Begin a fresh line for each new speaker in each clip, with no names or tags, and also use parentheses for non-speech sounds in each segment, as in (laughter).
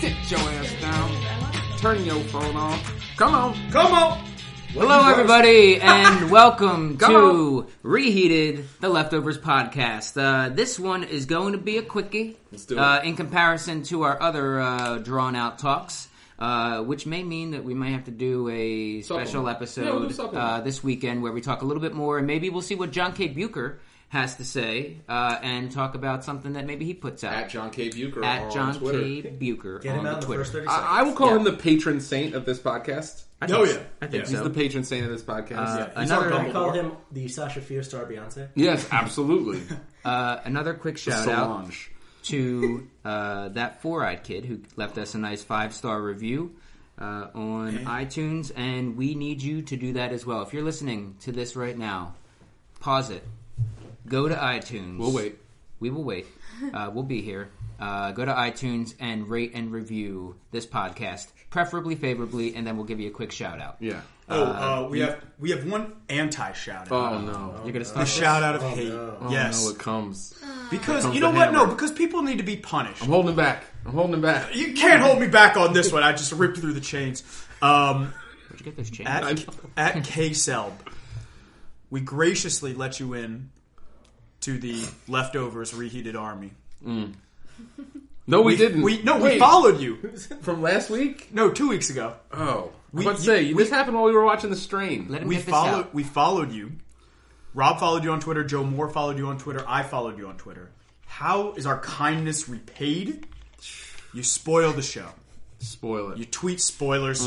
Sit your ass down. Turn your phone off. Come on. Come on.
Hello, everybody,
(laughs)
and welcome
Come
to Reheated, the Leftovers podcast. Uh, this one is going to be a quickie
Let's do it.
Uh, in comparison to our other uh, drawn out talks, uh, which may mean that we might have to do a special
Supplement.
episode
Yeah, we'll do supplement.
uh, this weekend where we talk a little bit more, and maybe we'll see what John K. Bucher has to say uh, and talk about something that maybe he puts out.
At John K. Bucher
At
on
John
Twitter.
K. Bucher
Get
on
him out in
the
the
Twitter.
first 30 seconds.
I, I will call him the patron saint of this podcast.
I
Oh,
think so.
yeah.
I think
Yeah.
He's
so.
the patron saint of this podcast.
Uh,
He's our
another-
Can I call
Dumbledore.
him the Sasha Fierce star Beyonce?
yes, absolutely.
Uh, another quick shout out
Solange.
to uh, that four-eyed kid who left us a nice five-star review uh, on iTunes, and we need you to do that as well. If you're listening to this right now, pause it, go to iTunes.
We'll wait.
We will wait. Uh, we'll be here. Uh, go to iTunes and rate and review this podcast, preferably favorably, and then we'll give you a quick shout out.
Yeah.
Oh, uh, we have we have one anti shout out.
Oh no.
You're gonna
the
stop.
shout out of hate.
Oh,
yes,
no, it comes.
because
comes
you know
the
what? No,
hammer.
because people need to be punished.
I'm holding him back. I'm holding him back.
You can't hold me back on this one. I just ripped through the chains. Um,
Where'd you get those chains?
at at K Selb, we graciously let you in to the leftovers reheated army.
No, we, didn't.
We no, we
Wait,
followed you.
from last week.
No, two weeks ago.
Oh,
We-
I was about to
you-
say this happened while we were watching The Strain.
Let him
we
get this
followed
out.
we followed you. Rob followed you on Twitter. Joe Moore followed you on Twitter. I followed you on Twitter. How is our kindness repaid? You spoil the show.
Spoil it.
You tweet spoilers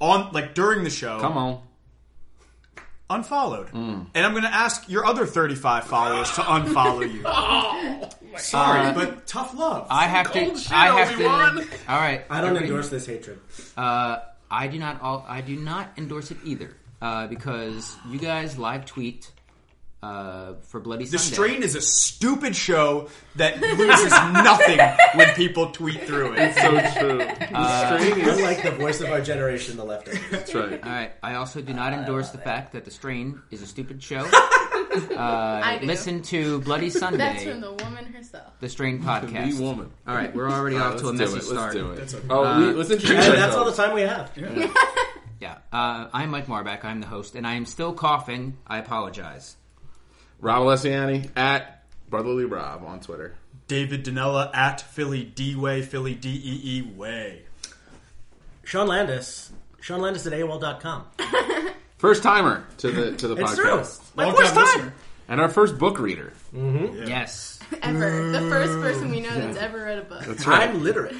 on like during the show.
Mm. Come on. Mm.
unfollowed. And I'm going to ask your other 35 followers to
(laughs)
unfollow you.
Oh
Sorry, but tough love.
I have to.
Cold shit,
I have
Obi-Wan.
to. All right.
I don't
everybody-
endorse this hatred.
Uh, I do not. All, I do not endorse it either uh, because you guys live tweet uh, for Bloody
the
Sunday.
Strain is a stupid show that loses (laughs) nothing when people tweet through it.
So true. The Strain is
Unlike the voice of our generation, the leftovers.
(laughs) that's right.
All right. I also do not endorse the fact that the Strain is a stupid show.
I do.
Listen to Bloody Sunday,
That's from the woman herself.
the Strain podcast.
The woman.
All right, we're already
All right,
off to a
let's do
messy
it,
start.
Let's do it. Oh, we, let's introduce
And that's all the
ourselves.
time we have.
Yeah. Uh, I'm Mike Marbach. I'm the host, and I am still coughing. I apologize.
Rob Alessiani at brotherly Rob on Twitter.
David Danella at Philly D Way, Philly D E E Way.
Sean Landis. Sean Landis at AOL.com.
First timer to the to the
It's true.
podcast,
My
Long
first
time
time.
listener.
and our first book reader.
Yes.
Ever. The first person we know that's ever read a book. Uh,
That's right.
I'm literate.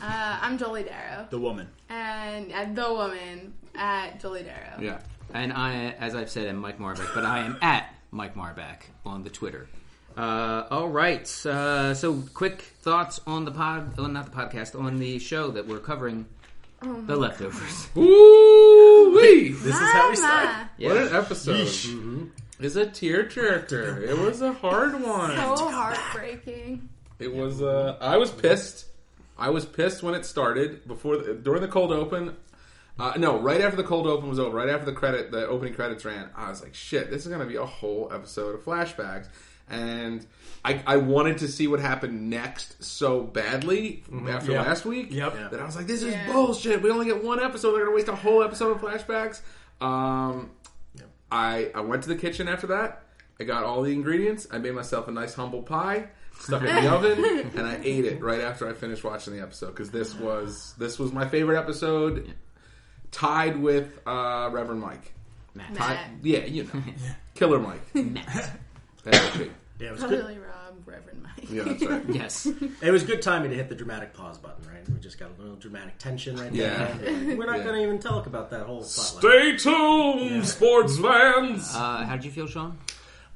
I'm Jolie Darrow.
The woman.
And at The Woman at Jolie Darrow.
Yeah.
And I, as I've said, I'm Mike Marbeck, but I am at Mike Marbeck on the Twitter. Uh, all right. Uh, so, quick thoughts on the pod, oh, not the podcast, on the show that we're covering, the leftovers.
Woo wee!
This
Ah,
is how we start.
Mama.
What an episode! It's a tearjerker. It was a hard one.
So heartbreaking.
It was. Uh, I was pissed. I was pissed when it started. Before the, during the cold open, uh, no, right after the cold open was over, right after the credit, the opening credits ran. I was like, shit, this is gonna be a whole episode of flashbacks, and I, I wanted to see what happened next so badly after
Yep.
last week
Yep.
that I was like, this is
Yeah.
bullshit. We only get one episode. We're gonna waste a whole episode of flashbacks. Um, I I went to the kitchen after that. I got all the ingredients. I made myself a nice humble pie, stuck it in the oven, and I ate it right after I finished watching the episode because this was this was my favorite episode, tied with uh, Reverend Mike.
Matt.
Yeah, you know, Killer Mike. That would be-
Yeah, it, was good.
Probably Rob, Reverend Mike.
Yeah,
(laughs)
that's right.
(laughs) yes.
it was good timing to hit the dramatic pause button, right? We just got a little dramatic tension right
Yeah.
there. We're not
Yeah.
going to even talk about that whole plotline.
Stay tuned, sports fans.
Uh, how did you feel, Sean?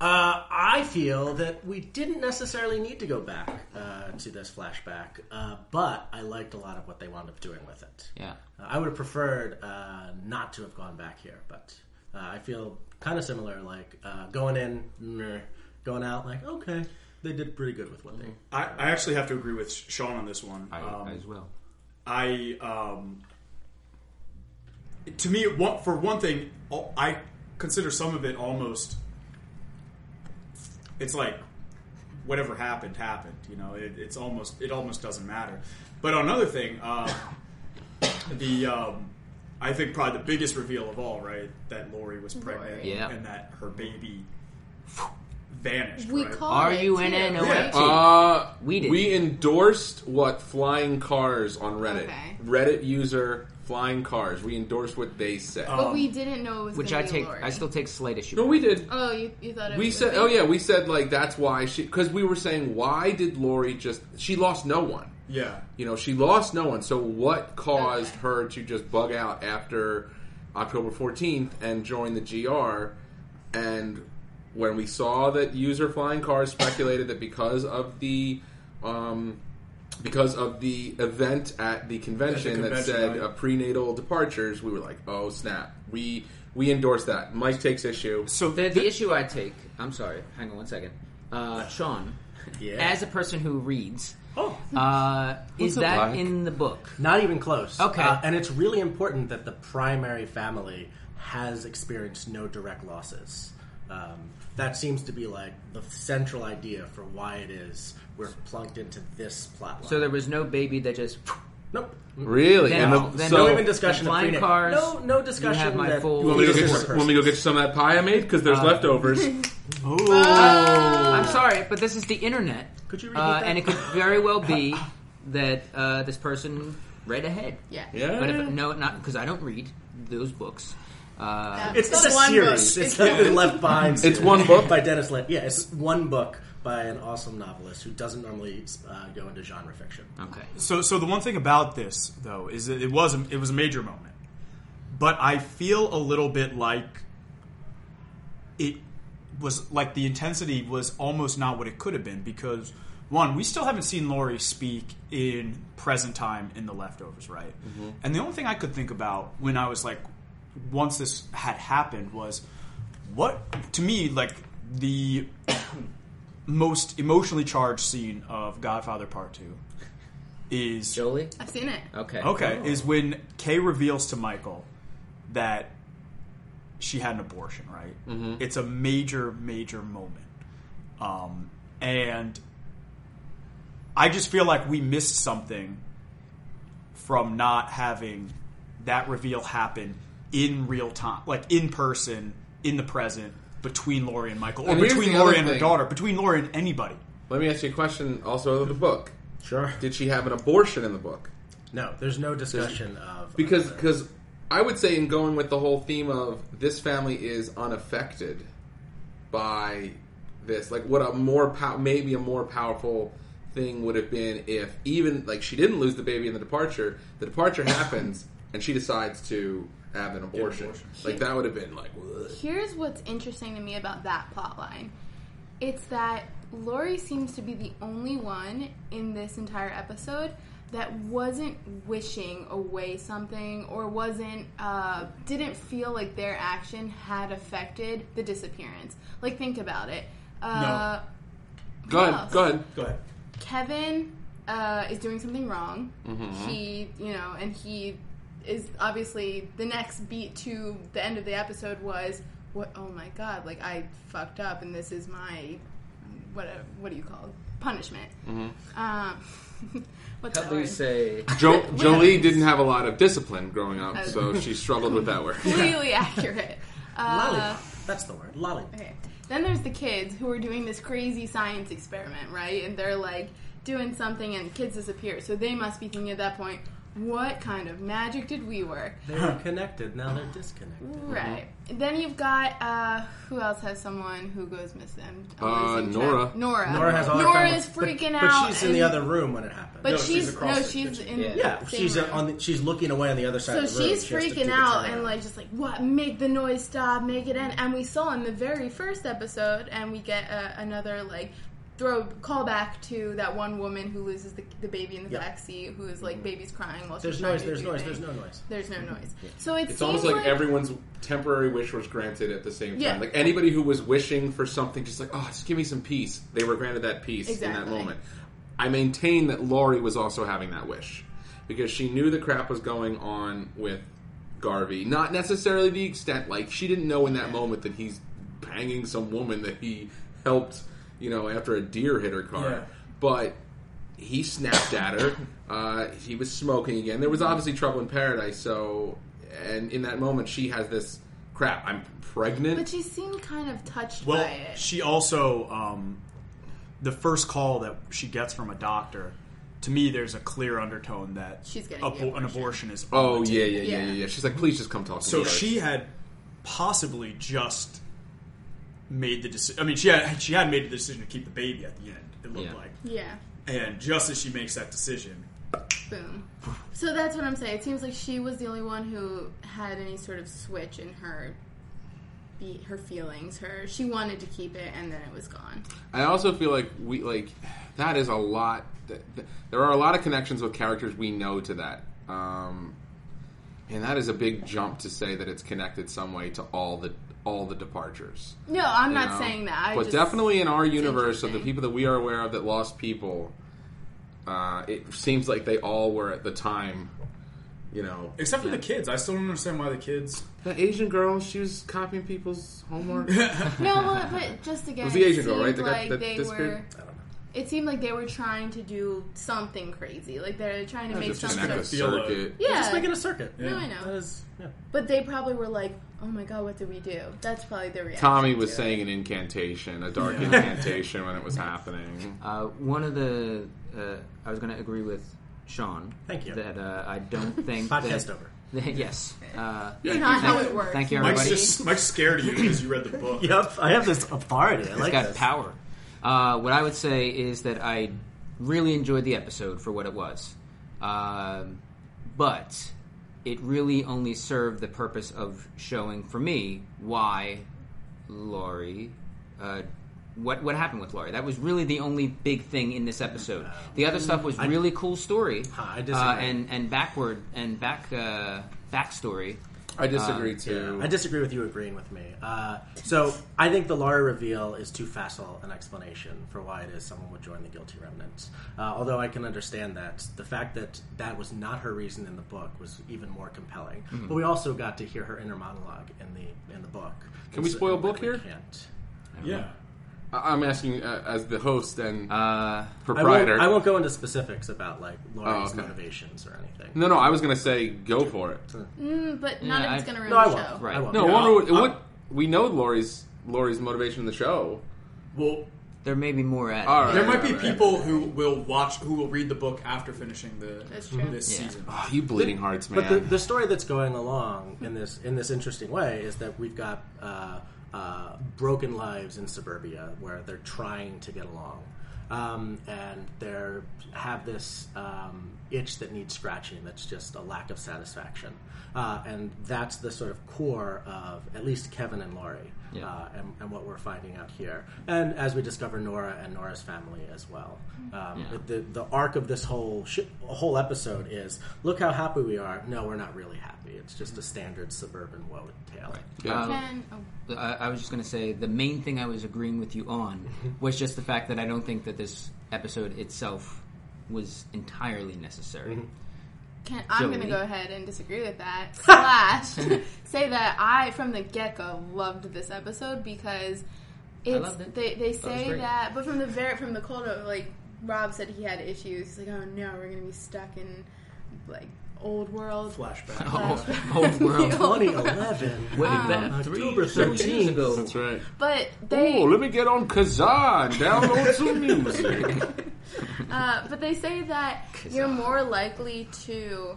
Uh, I feel that we didn't necessarily need to go back uh, to this flashback, uh, but I liked a lot of what they wound up doing with it.
Yeah.
Uh, I would have preferred uh, not to have gone back here, but uh, I feel kind of similar. Like uh, going in, meh, going out, like okay, they did pretty good with what they.
Mm-hmm.
I, I actually have to agree with Sean on this one.
I,
Um,
I as well.
I um, to me, it wa- for one thing, al- I consider some of it almost. It's like whatever happened happened. You know, it, it's almost it almost doesn't matter. But another thing, uh, (coughs) the um, I think probably the biggest reveal of all, right? That Lori was pregnant,
Lori.
Yeah.
and that her baby vanished.
We
right?
called
R
it,
U N N O N
too,
T.
right?
Uh,
We did.
We endorsed what flying cars on Reddit.
Okay.
Reddit user flying cars. We endorsed what they said.
But we didn't know it was
Which
gonna
I
be
take,
Lori.
I still take slight issue.
no,
with.
we did.
Oh, you, you thought it
We
was
said,
gonna
oh
be-
yeah, we said like that's why she because we were saying why did Lori just she lost no one.
yeah,
You know, she lost no one. So what caused
Okay.
her to just bug out after October 14th and join the GR? And when we saw that user flying cars speculated that because of the um, because of the event at the convention,
At the
that
convention,
said
right.
uh, prenatal departures, we were like, oh snap. We we endorse that. Mike takes issue.
So
The,
(laughs)
the issue I take, I'm sorry, hang on one second. Uh,
(laughs)
Sean,
Yeah.
as a person who reads,
oh,
uh, is is that that in the book?
Not even close.
Okay.
Uh, and it's really important that the primary family has experienced no direct losses. Um, that seems to be like the central idea for why it is we're plunked into this plotline.
So there was no baby that just.
nope.
Really?
Then-
and the,
then
so,
no even discussion
the
of
flying
prenatal.
cars,
No, no
you
discussion.
have my
that
full-
you want me to
fetus
go get
is
you,
a
want me to go get you some of that pie I made because
Uh,
there's
(laughs)
leftovers.
I'm sorry, but this is the internet.
Could you repeat
Uh,
that?
and it could very well be that uh, this person read ahead.
Yeah.
Yeah.
But if, no, not because I don't read those books. Uh,
That-
It's
that's
not a
one
series.
book.
It's the Left Behind. series
one book?
by Dennis Lin. Yeah, it's one book by an awesome novelist who doesn't normally uh, go into genre fiction.
okay.
So, so the one thing about this though is that it was a, it was a major moment, but I feel a little bit like it was like the intensity was almost not what it could have been because one we still haven't seen Laurie speak in present time in the leftovers right, and the only thing I could think about when I was like once this had happened was what to me like the (coughs) most emotionally charged scene of Godfather Part Two is
Jolie?
I've seen it.
Okay.
okay is when Kay reveals to Michael that she had an abortion. Right, it's a major, major moment, um, and I just feel like we missed something from not having that reveal happen in real time, like in person, in the present, between Laurie and Michael, or
And here's
between
the other
Laurie and her
thing.
daughter, between Laurie and anybody.
Let me ask you a question also of the book.
Sure.
Did she have an abortion in the book?
No, there's no discussion of uh,
Because because I would say in going with the whole theme of this family is unaffected by this, like what a more pow- maybe a more powerful thing would have been if even like she didn't lose the baby in the departure, the departure happens and she decides to have an abortion. Like that would have been like what?
Here's what's interesting to me about that plot line. It's that Lori seems to be the only one in this entire episode that wasn't wishing away something or wasn't uh, didn't feel like their action had affected the disappearance. Like think about it. Uh,
Go ahead,
else?
go ahead.
Go ahead.
Kevin uh, is doing something wrong. He, you know, and he is obviously the next beat to the end of the episode was what? Oh my god! Like I fucked up, and this is my what? What do you call it? punishment? Um, (laughs) what's that
How do you
word?
say.
Jo- Jolie didn't have a lot of discipline growing up, so she struggled with that word.
Completely (laughs) accurate. Uh,
lollipop. That's the word. Lollipop.
Okay. Then there's the kids who are doing this crazy science experiment, right? And they're like doing something and kids disappear. So they must be thinking at that point, what kind of magic did we work?
They're connected. Now they're disconnected.
Right. Then you've got uh, who else has someone who goes missing? I'm
Uh,
losing
Nora.
track. Nora.
Nora has all her
Nora
time-
is freaking
but,
out.
But she's in
and-
the other room when it happened.
But
No, she's
she's,
across
no,
the
she's in.
Yeah.
yeah,
same
she's uh,
room.
on. The, she's looking away on the other side.
So
of the room.
she's
She has to do
freaking
the
out
turnaround.
and like just like what make the noise stop, make it end. And we saw in the very first episode, and we get uh, another like throw callback to that one woman who loses the, the baby in the
Yeah. Mm-hmm.
back seat, who is like baby's crying while
There's
she's trying
noise.
to
There's
do
noise.
things.
There's no noise.
There's no noise. So
(laughs)
it
It's
seems
almost like, everyone's temporary wish was granted at the same time.
Yeah.
Like anybody who was wishing for something, just like, oh, just give me some peace. They were granted that peace in that
Exactly.
moment. I maintain that Laurie was also having that wish because she knew the crap was going on with Garvey. Not necessarily the extent, like, she didn't know in that moment that he's banging some woman that he helped you know, after a deer hit her car.
Yeah.
But he snapped at
(coughs)
her. Uh, he was smoking again. There was obviously trouble in paradise. So, and in that moment, she has this crap. I'm pregnant.
But she seemed kind of touched
Well,
by it.
she also um, the first call that she gets from a doctor. To me, there's a clear undertone that
She's getting
abo-
the
an
abortion.
abortion is. on
oh
the
yeah,
table.
yeah, yeah, yeah,
Yeah.
yeah. She's like, please just come talk. to
So
me.
she had possibly just made the decision. I mean, she had she had made the decision to keep the baby at the end. It looked
Yeah.
like,
yeah.
and just as she makes that decision,
Boom. So that's what I'm saying. It seems like she was the only one who had any sort of switch in her be her feelings. Her she wanted to keep it and then it was gone.
I also feel like we like that is a lot. Th- th- there are a lot of connections with characters we know to that, um, and that is a big jump to say that it's connected some way to all the all the departures.
No, I'm
you
not
know?
saying that. I
but
just,
definitely in our universe of the
interesting.
people that we are aware of that lost people, uh, it seems like they all were at the time. You know,
except for the kids, I still don't understand why the kids.
the Asian girl, she was copying people's homework.
No, well, but just again,
was the
it
Asian girl,
seemed
right, that got-
like
that
they
disappeared?
were. It seemed like they were trying to do something crazy. Like they're trying to make
just
some
connect
sort
the
of.
feel like-
circuit.
Yeah.
Just making a circuit.
No, I know.
That is, yeah.
But they probably were like, "Oh my god, what did we do?" That's probably their reaction.
Tommy was
to it.
saying an incantation, a dark incantation when it was
(laughs)
happening.
Uh, one of the uh, I was going to agree with Sean.
Thank you.
That uh, I don't think
Podcast
that,
over.
that- (laughs) yes. Uh,
It's not how it works.
Thank you,
Mike's
everybody.
just Mike's scared of you because you read the
(laughs)
book.
Yep, I have this authority. I
It's
like
got
this.
power. Uh, what I would say is that I really enjoyed the episode for what it was, um, but it really only served the purpose of showing for me why Laurie, uh, what what happened with Laurie. That was really the only big thing in this episode. The other stuff was really cool story
Ah, I
uh,
disagree.
and and backward and back uh, backstory.
I disagree too.
I disagree with you agreeing with me. Uh, so I think the Lara reveal is too facile an explanation for why it is someone would join the guilty remnants. Uh, although I can understand that the fact that that was not her reason in the book was even more compelling.
Mm-hmm.
But we also got to hear her inner monologue in the in the book.
Can we
So-
spoil book
we
here?
Can't.
yeah.
I- I'm asking uh, as the host and
Uh,
I won't,
proprietor.
I won't go into specifics about like Laura's
Oh,
okay.
motivations or anything.
No, no, I was going to say go for it.
Mm, but none
Yeah,
of it's
I-
going to ruin
No, I
the
won't.
show.
Right.
I won't.
No,
Yeah,
Wonder Woman-
I'll-
what we know Laurie's Laurie's motivation in the show.
Well,
there may be more at.
All right.
there might be people who will watch, who will read the book after finishing the
That's true.
this
Yeah.
(laughs) season.
Oh, you bleeding hearts, man.
But the, the story that's going along in this in this interesting way is that we've got uh, uh, broken lives in suburbia where they're trying to get along, um, and they're have this um, itch that needs scratching. That's just a lack of satisfaction, uh, and that's the sort of core of at least Kevin and Laurie,
Yeah.
uh, and, and what we're finding out here, and as we discover Nora and Nora's family as well. Um,
Mm-hmm. Yeah.
the the arc of this whole sh- whole episode is look how happy we are. No, we're not really happy. It's just a standard suburban woe tale.
Yeah.
Um,
Can- oh,
I, I was just going to say the main thing I was agreeing with you on
(laughs)
was just the fact that I don't think that this episode itself was entirely necessary.
can- I'm going to
Joey.
go ahead and disagree with
(laughs)
that. Slash, say that I, from the get go, loved this episode because it's
loved it.
they they
was
say
great.
that, but from the very from the cold open, like Rob said, he had issues. He's like, oh no, we're going to be stuck in like old world.
Flashback.
Oh, (laughs) old
(laughs)
world.
The old
Twenty eleven,
(laughs)
Mm-hmm. Uh,
Wait,
October
Um, years
thirteenth.
ago.
That's right.
But they
Oh, let me get on Kazan. Download (laughs) some music.
Uh, but they say that you're more likely to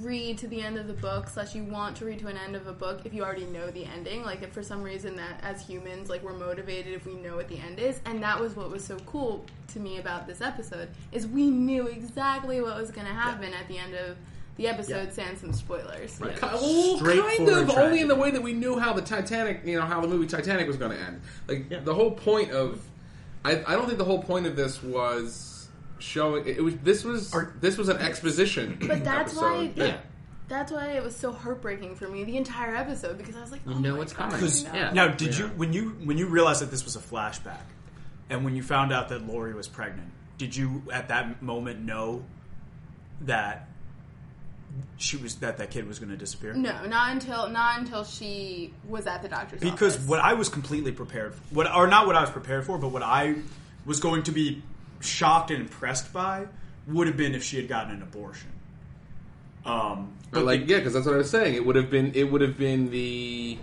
read to the end of the book slash you want to read to an end of a book if you already know the ending like if for some reason that as humans like we're motivated if we know what the end is and that was what was so cool to me about this episode is we knew exactly what was going to happen at the end of the episode sans some spoilers
Ki- well, kind
Straightforward
of, only in the
tragedy.
way that we knew how the Titanic, you know, how the movie Titanic was going to end. Like
Yeah.
the whole point of, I, I don't think the whole point of this was showing. It, was this was this was an exposition.
but that's why
episode.
Yeah.
that's why it was so heartbreaking for me the entire episode because i was like
You
oh
know
my
what's
God,
coming.
no.
Yeah.
Now, did you when you when you realized that this was a flashback, and when you found out that Lori was pregnant, did you at that moment know that she was that that kid was going to disappear?
No, not until not until she was at the doctor's
because
office.
what I was completely prepared for, what or not what I was prepared for, but what I was going to be shocked and impressed by would have been if she had gotten an abortion. Um,
But like, yeah, because that's what I was saying. It would have been. It would have been the.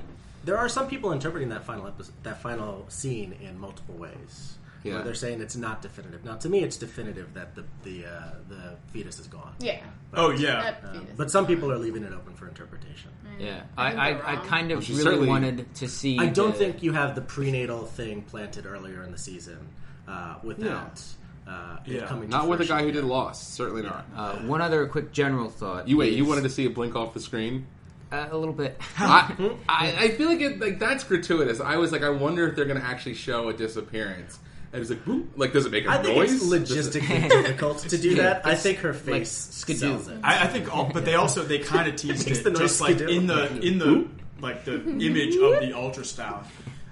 There are some people interpreting that final episode, that final scene in multiple ways. where
Yeah.
they're saying it's not definitive. Now, to me, it's definitive that the the uh, the fetus is gone.
yeah,
oh yeah,
That fetus.
But some people are leaving it open for interpretation.
Yeah,
I
I,
think they're
I, I
wrong.
kind
Well,
of
she
really
certainly-
wanted to see.
I don't
the-
think you have the prenatal thing planted earlier in the season uh, without uh, it
Yeah.
coming.
Not
to
with a
fruition.
guy who did Lost. Certainly not.
Uh, one other quick general thought.
You wait. You
is,
wanted to see a blink off the screen.
uh, a little bit.
(laughs) I, I I feel like it like that's gratuitous. I was like, I wonder if they're going to actually show a disappearance. And it's like, boop, like does it make a
I think
noise?
it's
Does it-
(laughs)
logistically difficult to do that. I think her
like
face
skidoo.
sells it.
I, I think. All, but they also they (laughs) kind of teased
Makes
it,
the noise
just like
they do.
in the in the like the image of the ultrasound.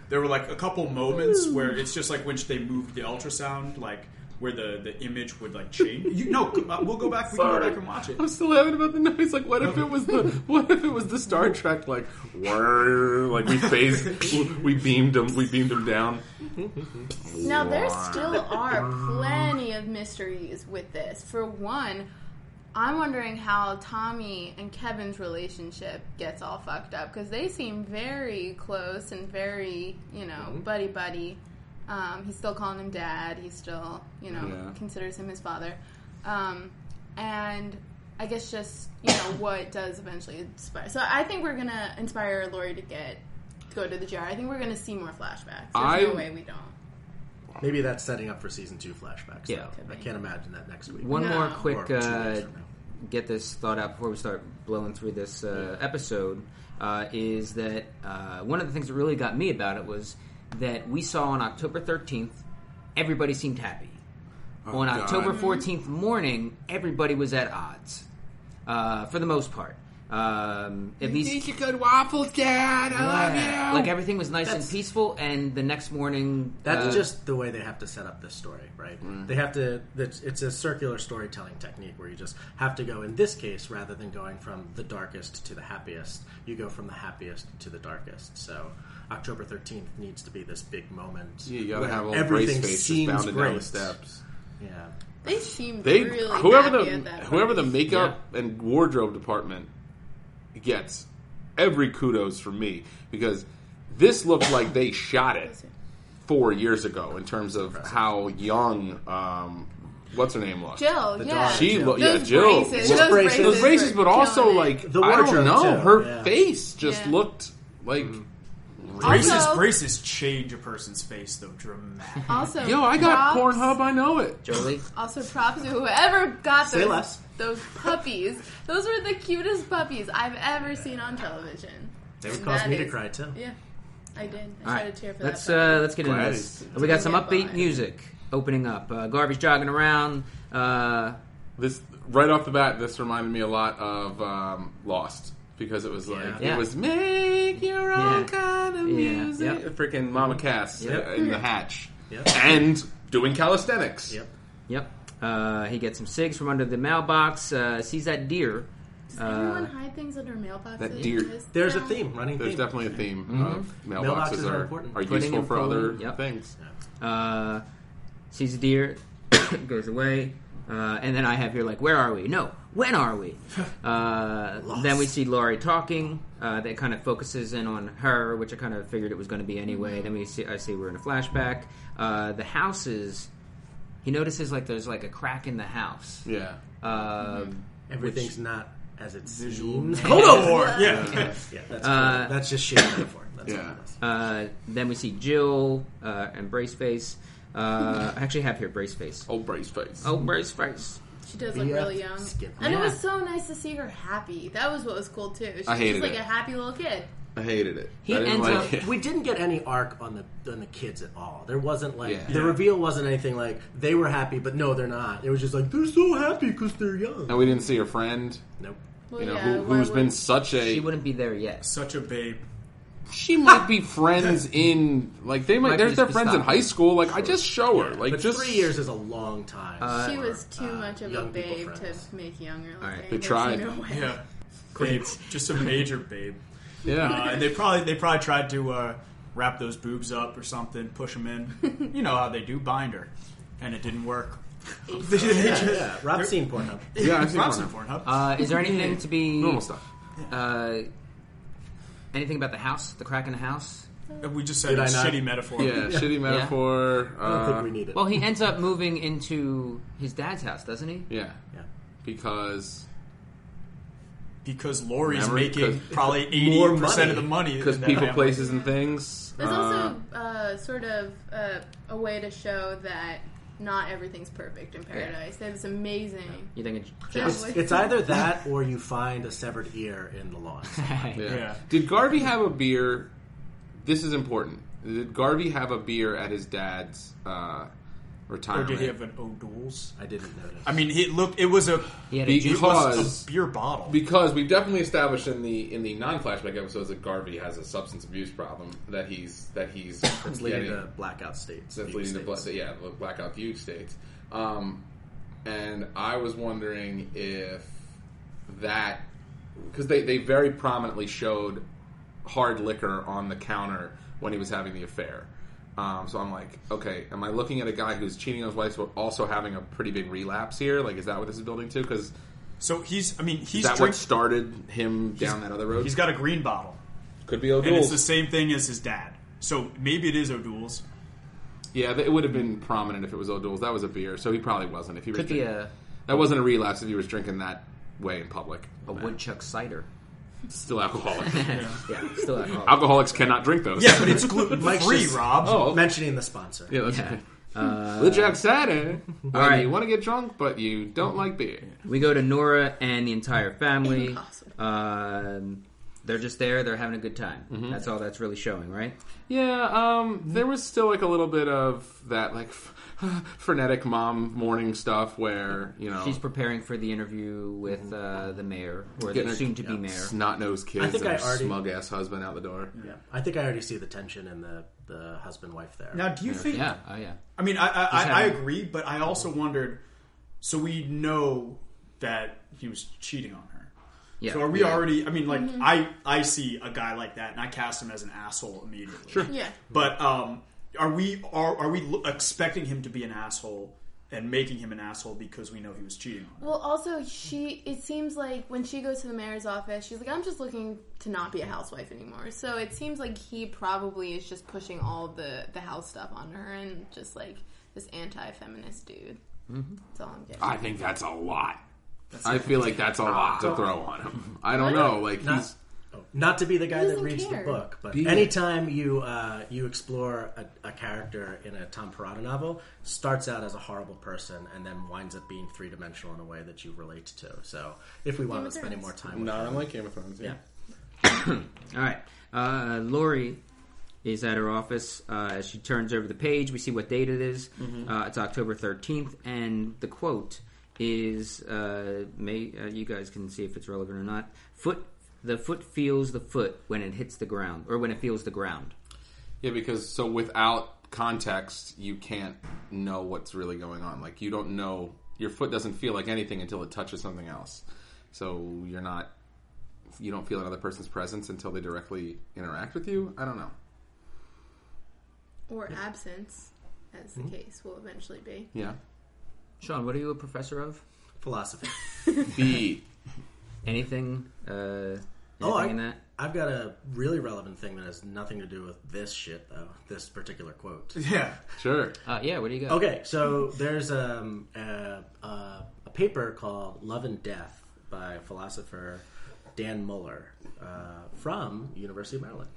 There were like a couple moments where it's just like when they moved the ultrasound, like where the the image would like change. You no, uh, we'll go back. We can go
Sorry.
back and watch it.
(laughs) I'm still laughing about the noise. Like, what if it was
(laughs)
the what if it was the Star Trek? Like, whirr, like we
(laughs)
phased, we beamed them, we beamed them down.
Now, there still are plenty of mysteries with this. For one, I'm wondering how Tommy and Kevin's relationship gets all fucked up because they seem very close and very, you know, buddy buddy. Um, he's still calling him dad. He still, you know,
Yeah.
considers him his father. Um, and I guess just you know what does eventually inspire. So I think we're gonna inspire Lori to get go to the jar. I think we're gonna see more flashbacks. There's no
I'm-
way we don't.
Maybe that's setting up for season two flashbacks.
Yeah.
though. I can't imagine that next week.
(laughs) One
No.
more
Or
Or
quick
two
uh,
weeks from now.
get this thought out before we start blowing through this uh, episode uh, is that uh, one of the things that really got me about it was that we saw on October 13th, everybody seemed happy. Oh, on
Oh, God.
October 14th morning, everybody was at odds, uh, for the most part. Um, at least,
you could waffles, Dad. I
Yeah. like everything was nice and
That's-
peaceful, and the next morning,
That's
uh,
just the way they have to set up this story, right?
Mm-hmm.
They have to. It's, it's a circular storytelling technique where you just have to go. In this case, rather than going from the darkest to the happiest, you go from the happiest to the darkest. So October thirteenth needs to be this big moment.
You gotta
where
have a little brace
everything
face just
seems
bounded down the
great.
steps.
Yeah.
They seemed
They
really
whoever
happy
the
at that
whoever the
party.
makeup and wardrobe department gets every kudos from me because this looked like they shot it four years ago in terms of how young um, what's her name looked.
Jill, yeah,
daughter,
She
Jill.
looked yeah,
Those
Jill.
braces,
looked-
those
braces.
those braces,
were
but also
killing it.
like
The
I don't
wardrobe,
know,
too,
her
yeah. Mm.
face just
Yeah.
looked like
Braces,
Also-
braces change a person's face though dramatically.
also
yo. I got
props,
Pornhub. I know it.
Jolie.
Also props to whoever got
Say
those,
less.
those puppies. Those were the cutest puppies I've ever seen on television.
They would
And
cause
that
me to
is-
cry too.
Yeah, I did. I
All
shed
right,
a tear for
let's
that.
uh, let's get into
Gladys.
this. We got some
Yeah,
upbeat
bye.
music opening up. Uh, garbage jogging around. Uh,
This right off the bat, this reminded me a lot of um, Lost because it was like
Yeah.
it was make your own
Yeah.
kind of
Yeah.
music.
Yep.
Freaking Mama Cass
Yep.
in the hatch
Yep.
and doing calisthenics.
Yep.
yep. Uh, he gets some cigs from under the mailbox. Uh, sees that deer.
Does everyone hide things under mailboxes?
that deer-
in this
There's a
town?
theme running.
There's
theme.
definitely a theme
Mm-hmm.
of mailboxes,
Mailboxes are
are,
important.
are,
Putting
useful
and
for other
pulling, yep.
things.
Uh, sees a deer. (coughs) goes away. Uh, and then I have here like, where are we? No, when are we? Uh, then we see Laurie talking. Uh, that kind of focuses in on her, which I kind of figured it was going to be anyway. Then we see, I see we're in a flashback. Uh, the houses. He notices like there's like a crack in the house.
Yeah.
Um,
Everything's not as it
Visual.
seems.
Cold
(laughs)
War. Yeah.
(laughs) Yeah, that's, that's just shit metaphor. That's
Yeah.
all it is.
uh, then we see Jill uh, and Braceface. Uh, I actually have here Braceface.
Old brace face.
Oh, Braceface.
She does look
Yeah.
really young,
Skin.
and it
Yeah.
was so nice to see her happy. That was what was cool too. She
I
was
hated
just like
it.
a happy little kid.
I hated it.
He
I didn't
ends
like
up-
it. (laughs)
We didn't get any arc on the on the kids at all. There wasn't like
Yeah.
the reveal wasn't anything like they were happy, but no, they're not. It was just like they're so happy because they're young.
And we didn't see her friend,
Nope.
Well,
you know,
yeah,
who,
why
who's
would-
been such a
She wouldn't be there yet.
Such a babe.
she might be
(laughs)
friends in like they might.
Might
There's
just
their
be
friends in
stopping.
high school. Like I just show her. Like
but
just
three years is a long time.
she
for,
was too
uh,
much of a
young people
babe to
friends.
make younger. Like,
right. They
there's
tried.
No way.
Yeah, babe, just a major babe. Uh,
Yeah.
and they probably they probably tried to uh, wrap those boobs up or something, push them in. you know how they do binder, and it didn't work. They just-
Yeah, (laughs) yeah. Rob's seen Pornhub.
Yeah, I've seen
Rob's
Pornhub.
seen Pornhub.
Uh, is there anything to be
Normal stuff.
Uh, anything about the house? The crack in the house?
we just said
Did
a
I not-
shitty metaphor.
Yeah, shitty metaphor.
I don't think
uh,
we need it.
Well, he ends up moving into his dad's house, doesn't he?
Yeah,
yeah.
because
because Lori's
Memory,
making
'cause-
probably eighty
More
percent of the
money.
money in
because
that
people,
family.
places, and things.
There's
uh,
also uh, sort of uh, a way to show that not everything's perfect in paradise. That is amazing.
You think
It's,
it's
(laughs) Yeah.
it's either that or you find a severed ear in the lawn.
(laughs) Yeah.
Yeah.
Did Garvey have a beer? This is important. Did Garvey have a beer at his dad's uh,
Or
retirement?
did he have an O'Doul's?
I didn't notice.
I mean, it looked. It was a
He had a
Because-
juice
it was a beer bottle.
because we've definitely established in the in the non flashback episodes that Garvey has a substance abuse problem that he's that he's
it's leading
getting,
to blackout states.
that's
fever
leading to
states.
bla- yeah the blackout fugue states. Um, and I was wondering if that because they they very prominently showed hard liquor on the counter when he was having the affair. Um, so I'm like, okay, am I looking at a guy who's cheating on his wife but also having a pretty big relapse here? Like, is that what this is building to? Because
So he's. I mean,
is
he's
that what
drink,
started him down that other road?
He's got a green bottle,
Could be
and it's the
O'Doul's.
same thing as his dad. So maybe it is O'Doul's.
yeah, th- it would have been prominent if it was O'Doul's. That was a beer, so he probably wasn't. If he was
could be
drinking-
a,
That wasn't a relapse if he was drinking that way in public.
a woodchuck cider.
Still alcoholic.
Yeah, (laughs) still alcohol.
Alcoholics cannot drink those.
Yeah, but it's gluten
Mike's
free,
just-
Rob.
Oh, okay.
Mentioning the sponsor.
yeah, that's
Yeah.
okay. Blue Jack Saturday. When
right.
you want to get drunk, but you don't like beer.
We go to Nora and the entire family.
Impossible.
Um, they're just there. They're having a good time. That's all that's really showing, right?
Yeah, um, there was still like a little bit of that like (laughs) f- frenetic mom morning stuff where you know
She's preparing for the interview with uh, the mayor or
Getting
the
her-
soon-to-be
(laughs)
mayor.
snot nosed kids
I think
and
I
her
already-
smug ass husband out the door.
Yeah. I think I already see the tension in the, the husband wife there.
Now, do you think?
Yeah. Oh yeah.
I mean, I I, I, I
having-
agree, but I also wondered. So we know that he was cheating on her.
Yeah.
So are we
Yeah.
already? I mean, like I I see a guy like that, and I cast him as an asshole immediately. Sure.
(laughs) Yeah.
But um, are we are are we lo- expecting him to be an asshole and making him an asshole because we know he was cheating on? her?
Well, also she. It seems like when she goes to the mayor's office, she's like, "I'm just looking to not be a housewife anymore." So it seems like he probably is just pushing all of the the house stuff onto her and just like this anti-feminist dude. That's all I'm getting.
I think that's a lot. I feel like that's a lot to throw on him. I don't know. Like he's
Oh, Not to be the guy
He
that
doesn't
reads
care.
the book, but
Be-
anytime you uh, you explore a, a character in a Tom Parada novel, starts out as a horrible person and then winds up being three dimensional in a way that you relate to. So, if we want to
of
spend any
Thrones.
more time, with
not
him,
unlike Game of Thrones.
yeah.
All right. Uh, Lori is at her office. Uh, as she turns over the page, we see what date it is. Uh, it's October 13th, and the quote is uh, may, uh, you guys can see if it's relevant or not. Foot. The foot feels the foot when it hits the ground, or when it feels the ground.
Yeah, because so without context, you can't know what's really going on. Like you don't know your foot doesn't feel like anything until it touches something else. So you're not you don't feel another person's presence until they directly interact with you. I don't know.
Or absence, as
Hmm?
the case will eventually be.
Yeah.
Sean, what are you a professor of?
philosophy.
B.
Anything? Uh, anything
Oh, I-
in that?
I've got a really relevant thing that has nothing to do with this shit, though. This particular quote.
Yeah.
Sure.
Uh, yeah. What do you (laughs) got?
Okay, so there's um, a, a, a paper called Love and Death by philosopher Dan Muller uh, from University of Maryland.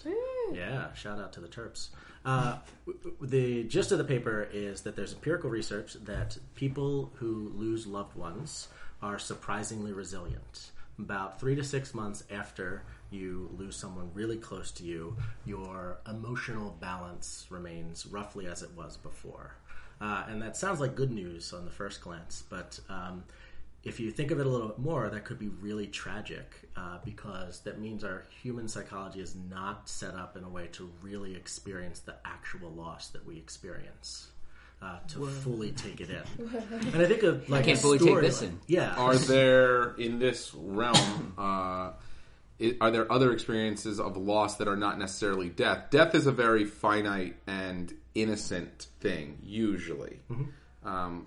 Yeah, shout out to the Terps. Uh, w- w- the gist of the paper is that there's empirical research that people who lose loved ones are surprisingly resilient. About three to six months after you lose someone really close to you, your emotional balance remains roughly as it was before. Uh, and that sounds like good news on the first glance, but um, if you think of it a little bit more, that could be really tragic uh, because that means our human psychology is not set up in a way to really experience the actual loss that we experience. Uh, to fully take it in, and I think of like
can't
a
fully take
story
this
like-
in.
Yeah,
Are there in this realm? Uh, i are there other experiences of loss that are not necessarily death? Death is a very finite and innocent thing, usually. Um,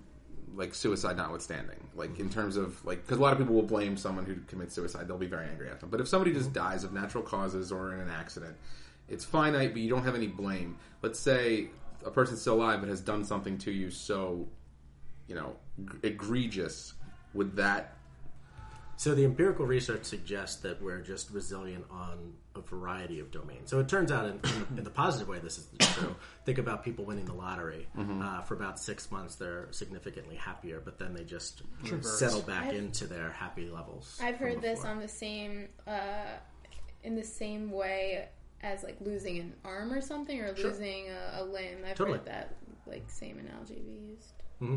like suicide notwithstanding, like in terms of like, because a lot of people will blame someone who commits suicide; they'll be very angry at them. But if somebody just dies of natural causes or in an accident, it's finite, but you don't have any blame. Let's say a person's still alive but has done something to you so you know g- egregious would that
So the empirical research suggests that we're just resilient on a variety of domains. So it turns out, in, in, in the positive way, this is true. Think about people winning the lottery.
Mm-hmm.
Uh, for about six months, they're significantly happier, but then they just settle back
I've-
into their happy levels.
I've
from
heard this
before.
on the same uh, in the same way as like losing an arm or something or losing a, a limb. I've
Totally.
heard that like same analogy be used.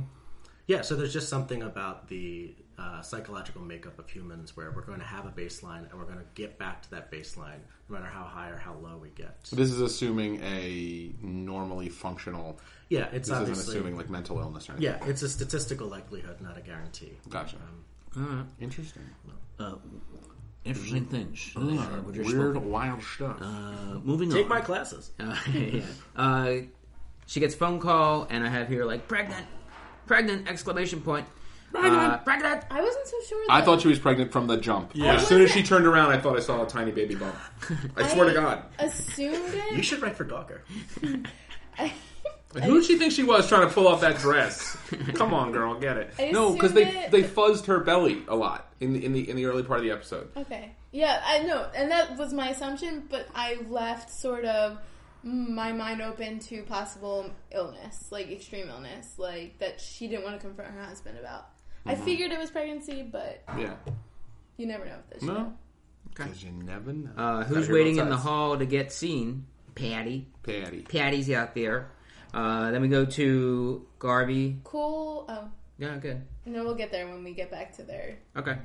Yeah, so there's just something about the uh, psychological makeup of humans where we're going to have a baseline and we're going to get back to that baseline, no matter how high or how low we get.
this is assuming a normally functional
Yeah, it's
this isn't
obviously
assuming like mental illness or anything
yeah, it's a statistical likelihood, not a guarantee.
gotcha interesting
Interesting things.
Uh,
We're just
weird wild stuff
Uh, moving
Take
on.
my classes.
Uh, yeah. uh, she gets a phone call, and I have here like pregnant, pregnant exclamation point. Uh, pregnant.
I wasn't so sure.
I
though.
thought she was pregnant from the jump.
Yeah.
As soon as she turned around, I thought I saw a tiny baby bump. I swear to God.
assumed
You
it. (laughs)
should write for Gawker.
Who did she think she was trying to pull off that
(laughs)
dress? Come on, girl, get it.
I
no, because they
assumed
they
it-
fuzzed her belly a lot in the, in the in the early part of the episode.
Okay. Yeah, I know, and that was my assumption, but I left sort of my mind open to possible illness, like extreme illness, like that she didn't want to confront her husband about. I figured it was pregnancy, but
Yeah.
you never know with this.
No.
Okay.
you never know.
Uh, who's
Gotta hear
waiting
both
in the
sides.
hall to get seen? Patty.
Patty.
Patty's out there. Uh, then we go to Garvey.
Cool. Oh
Yeah, good.
no, we'll get there when we get back to their.
Okay.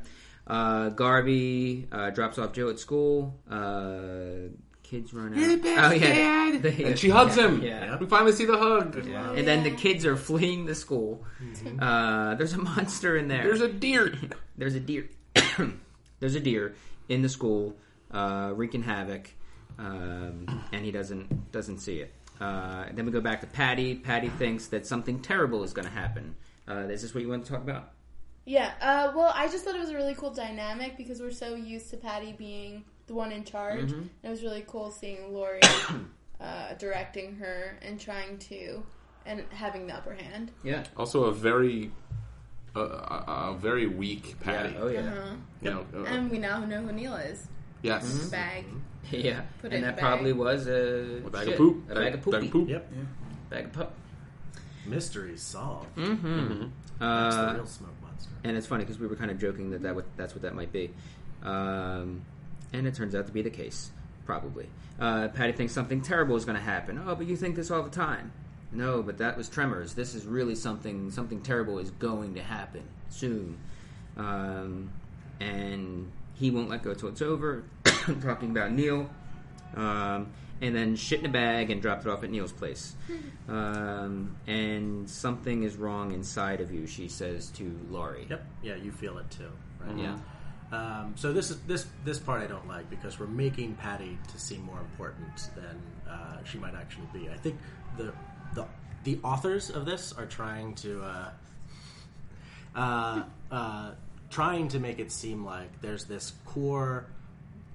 Uh, Garvey uh, drops off Joe at school. Uh, kids run out. oh (laughs) yeah, They-
And she hugs
yeah,
him.
Yeah.
We finally see the hug.
And then the kids are fleeing the school. Uh, there's a monster in there.
Mm-hmm. There's a deer.
there's a deer. (coughs) there's a deer in the school, uh, wreaking havoc, um, and he doesn't doesn't see it. Uh, then we go back to Patty. Patty thinks that something terrible is going to happen. Uh, is this what you want to talk about?
Yeah. Uh, well, I just thought it was a really cool dynamic because we're so used to Patty being the one in charge.
Mm-hmm.
And it was really cool
(coughs)
seeing Lori uh, directing her and trying to and having the upper hand.
Yeah.
Also, a very, uh, a, a very weak Patty.
Oh yeah.
Uh-huh.
You know, uh,
And we now know who Neil is.
yes.
Bag.
(laughs)
Mm-hmm.
Yeah.
Put it
and
in a
that
bag.
probably was a,
A bag
shit,
of poop.
A bag of poopy.
Bag of poop.
Yep.
Bag of poop.
Mystery solved. That's the
Uh,
real smoke monster.
and it's funny because we were kind of joking that, that would, that's what that might be um, and it turns out to be the case probably uh, patty thinks something terrible is going to happen oh but you think this all the time no but that was tremors this is really something something terrible is going to happen soon um, and he won't let go till it's over (coughs) talking about neil um, and then shit in a bag and dropped it off at Neil's place. Um, and something is wrong inside of you, she says to Laurie.
Yep. Yeah, you feel it too. Right?
Yeah.
Um, so this is this this part I don't like because we're making Patty to seem more important than uh, she might actually be. I think the the the authors of this are trying to uh, uh, uh, trying to make it seem like there's this core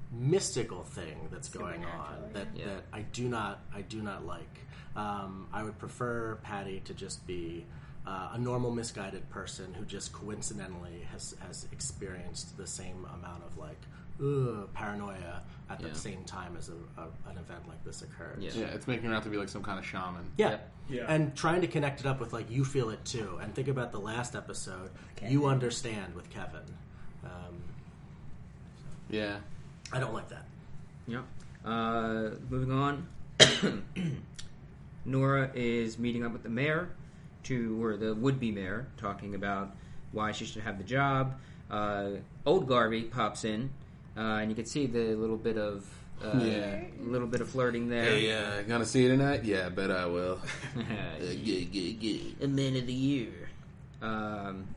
mystical thing that's going on that,
Yeah.
that I do not I do not like. Um, I would prefer Patty to just be uh, a normal misguided person who just coincidentally has has experienced the same amount of like ugh, paranoia at the
Yeah.
same time as a, a, an event like this occurred.
Yeah.
Yeah, it's making her out to be like some kind of shaman.
Yeah.
Yep.
Yeah.
And trying to connect it up with like you feel it too, and think about the last episode. You understand with Kevin. Um,
Yeah.
I don't like that.
Yeah. Uh, moving on. (coughs) Nora is meeting up with the mayor to, or the would-be mayor, talking about why she should have the job. Uh, old Garvey pops in, uh, and you can see the little bit of uh,
Yeah.
little bit of flirting there.
Hey, uh, gonna see you tonight? Yeah, bet I (laughs) will.
Yeah.
yeah, yeah, yeah.
a man of the year. Um,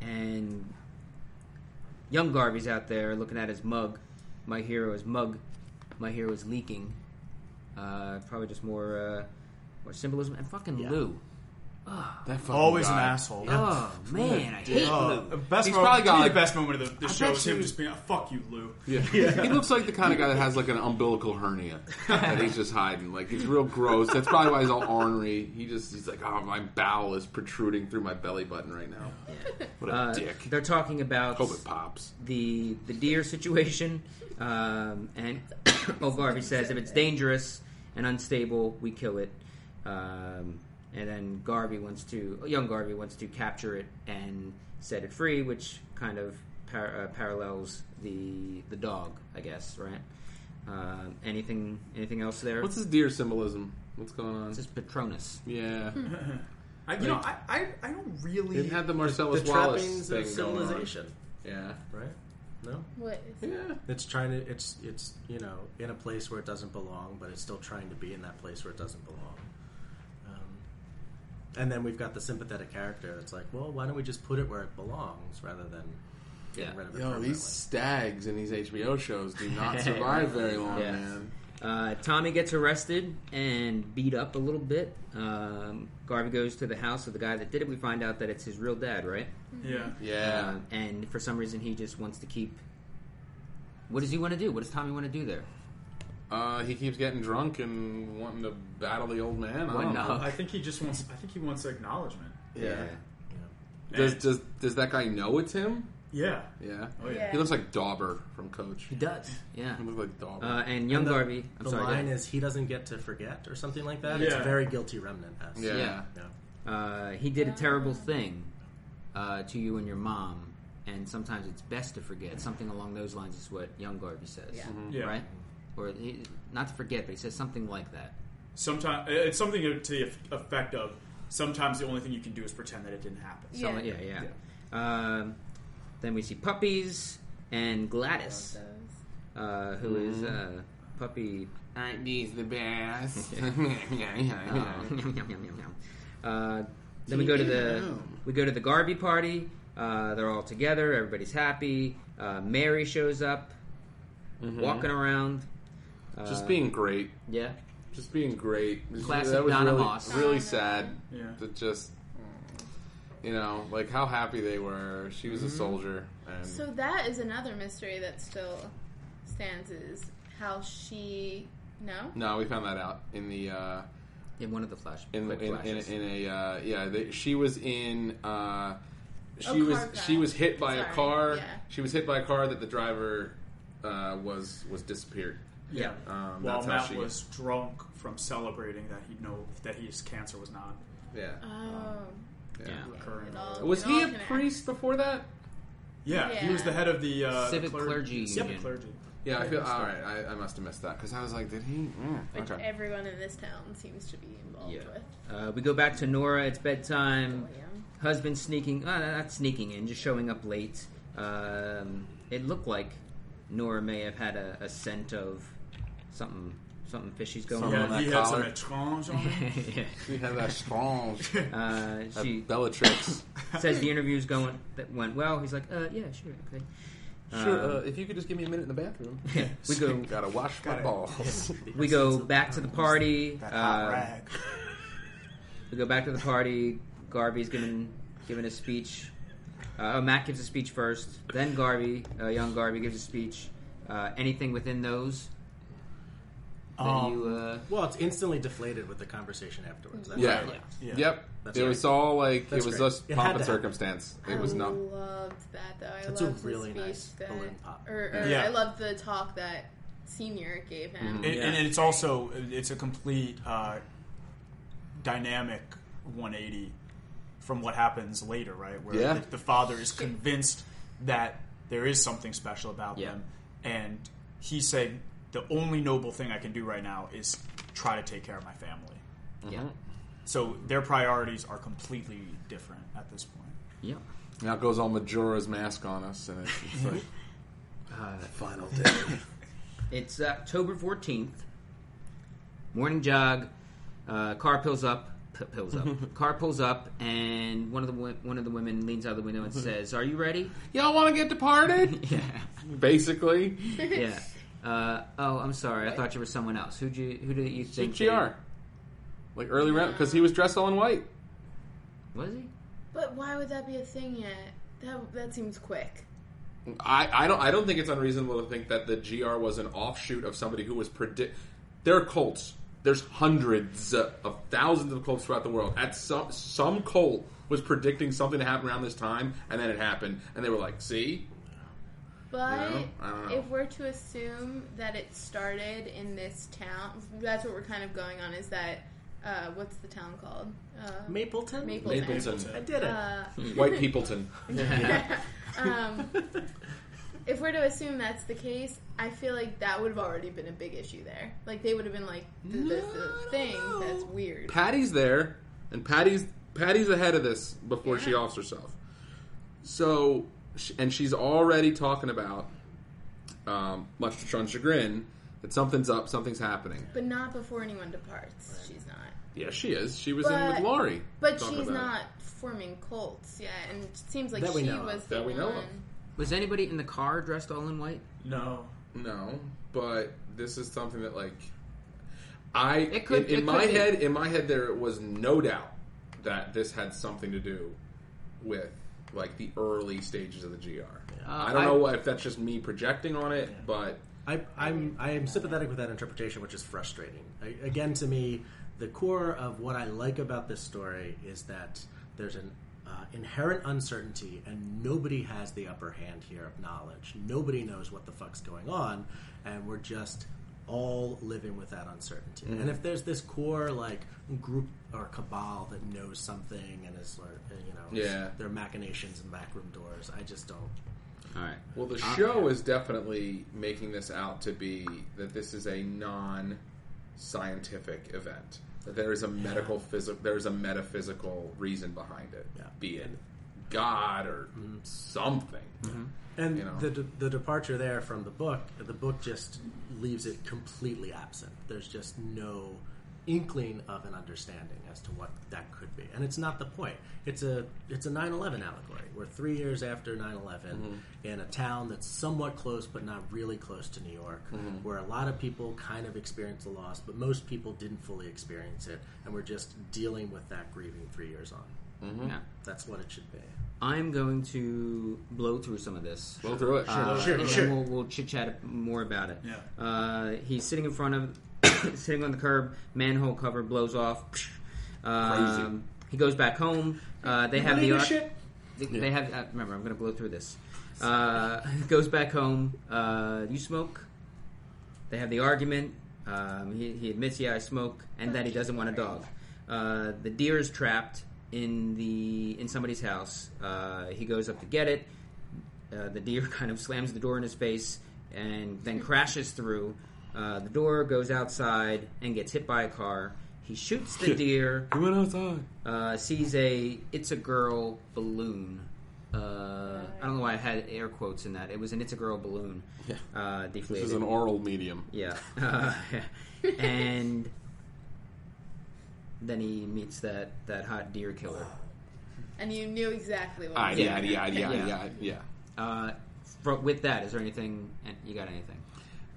and young Garvey's out there looking at his mug. My hero's mug. My hero's leaking. Uh, probably just more uh, more symbolism and fucking
Yeah.
Lou.
That fucking
Always an
guy.
asshole.
Oh man, I hate
Oh,
Lou.
best
He's
moment,
probably got,
to me,
like-
the best moment of the, the show
bet
is him
you-
just being like, "Fuck you, Lou." (laughs)
Yeah. he looks like the kind of guy that has like an umbilical hernia that he's just hiding. Like it's real gross. That's probably why he's all ornery. He just he's like, oh, my bowel is protruding through my belly button right now. What a
Uh,
dick.
They're talking about
Hope it pops.
the the deer situation, um, and (coughs) old Garvey says if it's dangerous and unstable, we kill it. Um, and then Garvey wants to, young Garvey wants to capture it and set it free, which kind of par- uh, parallels the the dog, I guess, right? Um, anything anything else there?
What's this deer symbolism? What's going on?
this is Patronus.
Yeah,
I, you know, I, I, I don't really.
it had the
The
Marcellus Wallace
trappings
thing
of
going on.
civilization,
Yeah,
right? No,
What is
yeah.
it's trying to. It's it's you know in a place where it doesn't belong, but it's still trying to be in that place where it doesn't belong. Um, and then we've got the sympathetic character that's like, well, why don't we just put it where it belongs rather than getting
Yeah.
rid of it?
Yo, these
permanently?
stags in these HBO shows do (laughs) not survive very long,
Yeah.
man.
Uh, Tommy gets arrested and beat up a little bit. Um, Garvey goes to the house of the guy that did it. We find out that it's his real dad, right?
yeah.
Yeah,
Um, and for some reason, he just wants to keep. What does he want to do? What does Tommy want to do there?
uh, he keeps getting drunk and wanting to battle the old man. I
Why
don't
not?
know.
I think he just wants. I think he wants acknowledgement.
Yeah.
Yeah.
Does does does that guy know it's him?
Yeah.
Yeah.
Oh yeah.
Yeah.
He looks like Dauber from Coach.
He does. Yeah.
He looks like Dauber.
Uh, and young
the,
Garvey. I'm
the
sorry. go
line
ahead.
is he doesn't get to forget or something like that. It's
Yeah.
very guilty remnant esque.
yeah.
yeah. uh, he did a terrible thing uh, to you and your mom, and sometimes it's best to forget. Something along those lines is what young Garvey says.
Yeah.
Mm-hmm.
Yeah.
Right? Or he, not to forget, but he says something like that.
Sometimes it's something to the eff- effect of. Sometimes the only thing you can do is pretend that it didn't happen.
Yeah.
Something- yeah, yeah. Um, then we see puppies and Gladys, uh, who is
Mm-hmm.
uh,
(laughs)
puppy
Aren't these the (laughs) best?
uh, (laughs) yum, yum, yum, yum, yum. Uh, then we go to the we go to the Garvey party. Uh, they're all together. Everybody's happy. Uh, Mary shows up,
Mm-hmm. Um,
walking around. Uh,
Just being great.
yeah,
Just being great. It was-
Classic
that was
Donna
really,
Moss.
really sad.
Yeah.
That just you know, like how happy they were. She was a soldier and
Mm-hmm. So that is another mystery that still stands is how she no?
no, we found that out in the uh
in one of the flash
in
quick
in, in,
flashes.
in a uh, yeah they, she was in uh, she
car
was
crash.
she was hit by a
Sorry,
car
yeah.
she was hit by a car that the driver uh, was was disappeared
yeah.
um,
While
that's how
Matt
she
was drunk from celebrating that he know that his cancer was not
yeah
Oh.
yeah,
Yeah.
recurring.
It all-
was
it
he
all
a
connects.
priest before that
Yeah, he
Yeah.
was the head of the uh,
Civic
clergy.
clergy
Civic
union.
clergy.
yeah I feel
Yeah,
all right I, I must have missed that because I was like did he mm,
Which
okay
everyone in this town seems to be involved
Yeah.
with.
Uh, we go back to Nora. It's
Mm.
bedtime.
William.
Husband sneaking, uh, not sneaking in, just showing up late. Um, it looked like Nora may have had a, a scent of something, something fishy's going
Something
on. (laughs)
Yeah,
that
he had some
collar.
etrange on him.
yeah.
we have that strong
Uh,
that
(laughs)
she
Bellatrix
(laughs)
Uh,
says the interview's going that went well. He's like, uh, yeah, sure, okay.
(laughs) sure uh, if you could just give me a minute in the (laughs) bathroom
we go,
gotta wash my
(laughs)
balls
we go back to the party.
That hot
uh,
rag.
we go back to the party. Garvey's giving giving a speech. Uh, oh, Matt gives a speech first, then Garvey, uh, young Garvey gives a speech. Uh, anything within those that
Um,
you? Uh,
Well, it's instantly deflated with the conversation afterwards. That's
Yeah.
right.
yeah.
Yeah.
Yep.
That's
it
right.
was all like
That's
it was
great.
just
It had
pomp
to
and
happen. Oh.
circumstance. It was not.
I loved that though. I
That's a
loved the
really
speech
nice
that,
balloon pop.
Or, or
Yeah.
I loved the talk that senior gave him.
Mm.
(laughs)
And, and it's also it's a complete uh, dynamic 180 from what happens later, right? Where
Yeah.
the, the father is convinced that there is something special about
Yeah.
them, and he's saying the only noble thing I can do right now is try to take care of my family.
Yeah.
So their priorities are completely different at this point.
Yeah.
Now it goes all Majora's Mask on us, and it's, it's
(laughs)
like,
Final day.
It's uh, October 14th. Morning jog. Uh, car pulls up. P- pulls up. car pulls up, and one of the wo- one of the women leans out of the window and says, "Are you ready?"
y'all want to get departed?
(laughs)
Yeah,
Basically,
(laughs) yeah. Uh, oh, I'm sorry. I thought you were someone else. Who you who did you think? they-
GR. Like early round because he was dressed all in white.
Was he?
But why would that be a thing yet? That that seems quick.
I, I don't I don't think it's unreasonable to think that the GR was an offshoot of somebody who was predict. There are cults. There's hundreds of thousands of cults throughout the world. At some some cult was predicting something to happen around this time, and then it happened, and they were like, "See,
But
You know, I don't know.
if we're to assume that it started in this town, that's what we're kind of going on. Is that uh, what's the town called? Uh,
Mapleton?
Maple-
Mapleton,
I did it.
uh, (laughs)
White Peopleton."
um,
(laughs)
if we're to assume that's the case, I feel like that would have already been a big issue there. Like they would have been like, th- "This is a thing that's weird."
Patty's there, and Patty's Patty's ahead of this before she
Yeah.
offs herself. So, sh- and she's already talking about, um, much to Sean's chagrin, that something's up, something's happening.
But not before anyone departs. She's not.
Yeah, she is. She was in
But-
with Laurie,
But
talking
she's
about it.
not forming cults yet, and it seems like
That we
she
know of.
was the
That we know of.
one.
Was anybody in the car dressed all in white?
No.
No, but this is something that like I
It could-
in, in
it
my
could be.
head in my head there was no doubt that this had something to do with like the early stages of the GR. Uh, I don't
I-
know if that's just me projecting on it, but
I, I'm I am sympathetic with that interpretation, which is frustrating. I, again, to me, the core of what I like about this story is that there's an uh, inherent uncertainty, and nobody has the upper hand here of knowledge. Nobody knows what the fuck's going on, and we're just all living with that uncertainty. And if there's this core like group or cabal that knows something and is like, you know
Yeah.
their machinations and backroom doors, I just don't.
All right.
well, the show is definitely making this out to be that this is a non scientific event. That there is a medical physical there is a metaphysical reason behind it,
Yeah.
be it God or something.
And
you know.
the, de- the departure there from the book, the book just leaves it completely absent. There's just no inkling of an understanding as to what that could be. And it's not the point. It's a it's a 9/11 allegory. We're 3 years after 9/11
Mm-hmm.
in a town that's somewhat close but not really close to New York,
Mm-hmm.
where a lot of people kind of experienced the loss, but most people didn't fully experience it and we're just dealing with that grieving 3 years on.
Yeah.
That's what it should be.
I'm going to blow through some of this.
Blow through it.
Uh,
Sure,
and
sure.
then We'll, we'll chit chat more about it.
Yeah.
Uh, he's sitting in front of, (coughs) sitting on the curb. Manhole cover blows off. (coughs) Psh. Um, he goes back home. Uh, they have the
Later
ar-
shit.
They, they have. Uh, remember, I'm going to blow through this. Uh, goes back home. Uh, you smoke. They have the argument. Um, he, he admits, yeah, I smoke, and that he doesn't want a dog. Uh, the deer is trapped in the in somebody's house. Uh, he goes up to get it. Uh, the deer (laughs) kind of slams the door in his face and then crashes through. Uh, the door goes outside and gets hit by a car. He shoots the deer
We went outside.
uh, sees a "It's a Girl" balloon. Uh, I don't know why I had air quotes in that. It was an "It's a Girl" balloon.
Yeah.
Uh,
This
deflated.
is an oral medium.
yeah. (laughs) and then he meets that that hot deer killer.
And you knew exactly what.
Ah,
was
yeah, yeah,
Yeah.
yeah, yeah,
Yeah.
yeah.
Uh, fro- with that, is there anything and you got? Anything?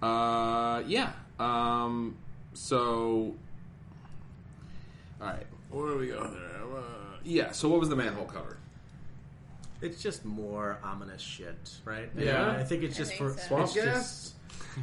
Uh, yeah. Um, so, all right. Where do we go there? Uh, yeah. So, what was the manhole cover?
It's just more ominous shit, right?
Yeah.
I think it's
I
just
think
for
so.
Swamp
it's
gas?
just,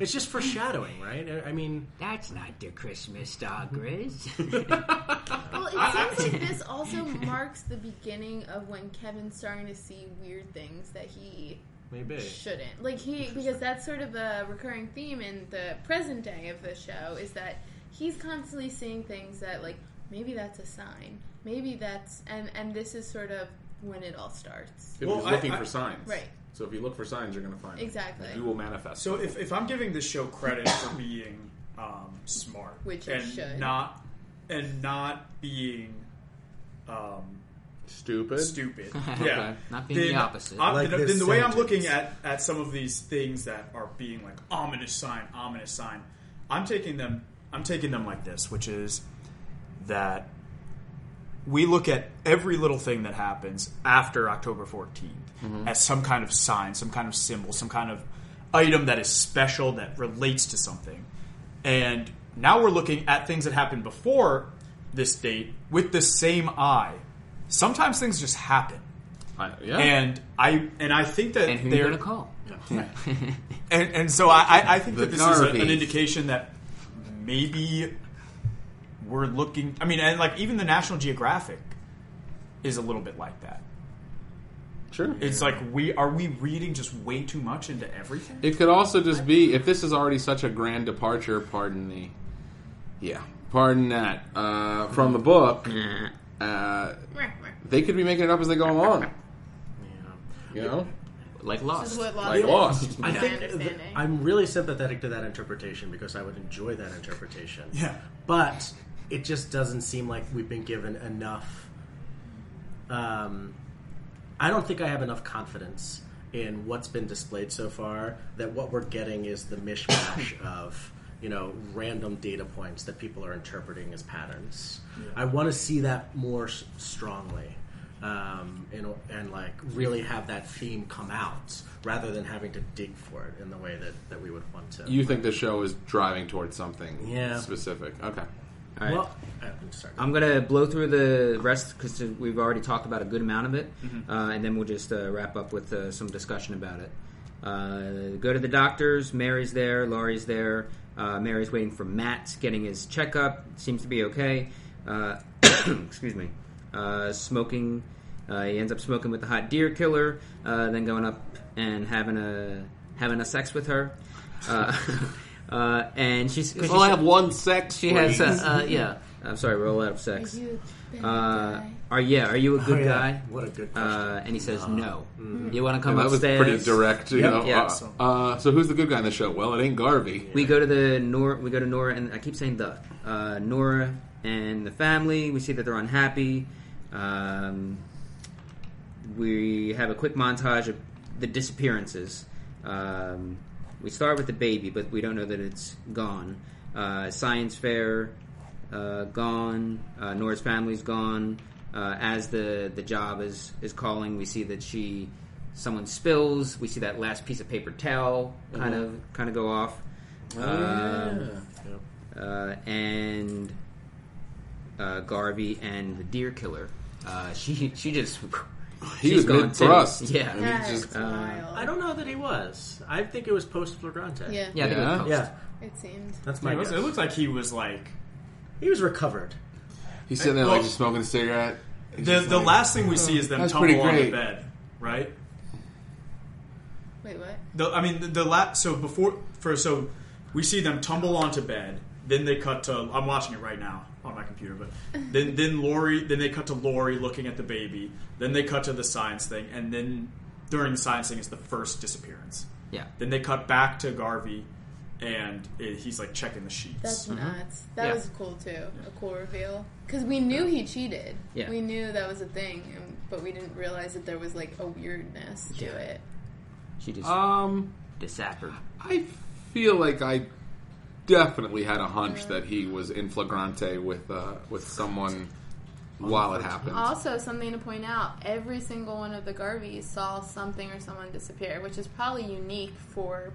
it's just foreshadowing, right? I- I mean,
That's not the Christmas star, Grizz.
Well, it seems
(laughs)
like this also marks the beginning of when Kevin's starting to see weird things that he
maybe
shouldn't. Like he, because that's sort of a recurring theme in the present day of the show is that he's constantly seeing things that like maybe that's a sign, maybe that's and and this is sort of when it all starts.
People
Well,
was
I-
looking
I-
for signs,
Right.
So, if you look for signs, you're going to find them.
Exactly.
You will manifest.
So if, if I'm giving this show credit for being um, smart,
Which it
and
should.
not and not being um,
Stupid.
stupid.
Okay,
Yeah,
not being the opposite.
I-
Like
then,
this
then the way I'm
sentence.
looking at at some of these things that are being like ominous sign, ominous sign, I'm taking them. I'm taking them like this, which is that we look at every little thing that happens after October 14th
Mm-hmm.
as some kind of sign, some kind of symbol, some kind of item that is special that relates to something. And now we're looking at things that happened before this date with the same eye. Sometimes things just happen.
I- yeah.
And I and I think
(laughs)
that
and who are you
they're
going to call?
(laughs) and, and so I, I, I think that this is a- an
Garveys.
indication that maybe we're looking. I mean, and like even the National Geographic is a little bit like that.
sure.
It's like we are we reading just way too much into everything.
It could also just be if this is already such a grand departure. Pardon the, yeah, pardon that uh, from the book. Uh, they could be making it up as they go along. You know,
(laughs) Like
This
Lost.
is what
like lost.
lost. I think
th-
understanding.
I'm really sympathetic to that interpretation because I would enjoy that interpretation.
Yeah.
But it just doesn't seem like we've been given enough. Um, I don't think I have enough confidence in what's been displayed so far that what we're getting is the (coughs) mishmash of you know random data points that people are interpreting as patterns. I want to see that more s- strongly. Um, and, and like really have that theme come out rather than having to dig for it in the way that, that we would want to.
You think the show is driving towards something
Yeah.
specific? Okay.
All right.
Well, I'm sorry.
I'm gonna blow through the rest because we've already talked about a good amount of it, uh, and then we'll just uh, wrap up with uh, some discussion about it. Uh, go to the doctors. Mary's there. Laurie's there. Uh, Mary's waiting for Matt, getting his checkup. Seems to be okay. Uh, (coughs) excuse me. Uh, smoking. Uh, he ends up smoking with the hot deer killer. Uh, then going up and having a having a sex with her. Uh, (laughs) uh, and she's 'cause
Well, I
she's-
have one sex.
she has a uh, yeah. I'm sorry, roll out of sex. Uh, are yeah? Are you a good
Oh, yeah.
guy?
What a mm-hmm. good question.
Uh, and he says no. You want to come
That was
upstairs?
pretty direct. You
Yep.
know.
Yeah.
Uh, uh, so who's the good guy in the show? Well, it ain't Garvey.
We go to the Nora. We go to Nora, and I keep saying the uh, Nora and the family. We see that they're unhappy. Um, we have a quick montage of the disappearances. Um, we start with the baby, but we don't know that it's gone. Uh, science fair uh, gone. Uh, Nora's family's gone. Uh, as the the job is is calling, we see that she someone spills. We see that last piece of paper towel kind of kind of go off. Um, uh, and uh, Garvey and the deer killer. Uh, she she just
He
she's
was
gone
mid
too.
thrust.
Yeah. yeah,
That's
just-
wild.
I don't know that he was. I think it was post flagrante.
Yeah,
I think it was
Yeah.
post.
Yeah,
it seemed.
that's my
It, was,
guess.
it looked like he was like
he was recovered.
He's sitting there like
Well-
just smoking a cigarette. He's
the
just
the
like- Oh,
last thing we see is them
That's
tumble
pretty
on the
great.
bed, right?
Wait, what?
The, I mean, the, the la- so before for so we see them tumble onto bed. Then they cut to I'm watching it right now on my computer, but then then Lori then they cut to Lori looking at the baby. Then they cut to the science thing, and then during the science thing is the first disappearance.
Yeah.
Then they cut back to Garvey, and it, he's like checking the sheets.
That's nuts. That
Mm-hmm. Yeah.
was cool too. A cool reveal because we knew he cheated.
Yeah.
We knew that was a thing, and, but we didn't realize that there was like a weirdness to
Yeah.
it.
She just
Um,
disappeared.
I feel like I definitely had a hunch that he was in flagrante with uh, with someone while it happened.
Also, something to point out: every single one of the Garveys saw something or someone disappear, which is probably unique for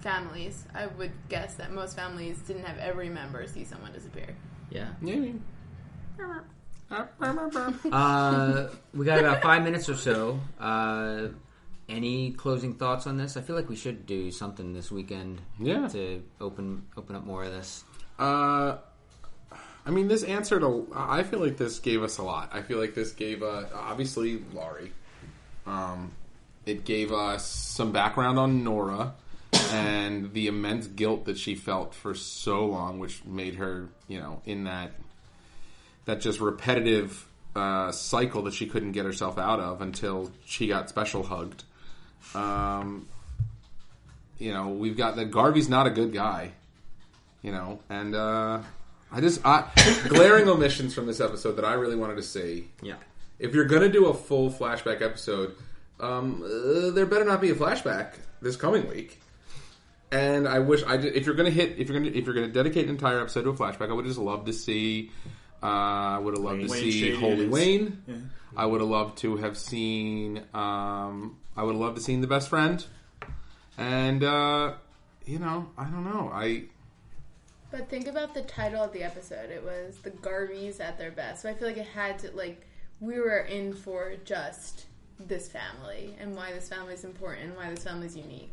families. I would guess that most families didn't have every member see someone disappear.
Yeah.
Maybe.
Uh, we got about five minutes or so. Uh, any closing thoughts on this? I feel like we should do something this weekend.
Yeah.
To open open up more of this.
Uh, I mean, this answered a. I feel like this gave us a lot. I feel like this gave uh, obviously Laurie. Um, it gave us some background on Nora and the immense guilt that she felt for so long, which made her, you know, in that that just repetitive uh, cycle that she couldn't get herself out of until she got special hugged. Um, you know, we've got that Garvey's not a good guy you know and uh i just i glaring omissions from this episode that i really wanted to see
Yeah.
If you're gonna do a full flashback episode, um, uh, there better not be a flashback this coming week. And I wish I did, if you're gonna hit if you're gonna if you're gonna dedicate an entire episode to a flashback, I would just love to see. Uh, I would have loved to
Wayne
see
Shady
Holy
is-
Wayne. I would have loved to have seen. Um, I would have loved to seen the best friend. And uh, you know, I don't know. I
But think about the title of the episode. It was the Garveys at their best. So I feel like it had to like we were in for just this family and why this family is important and why this family is unique.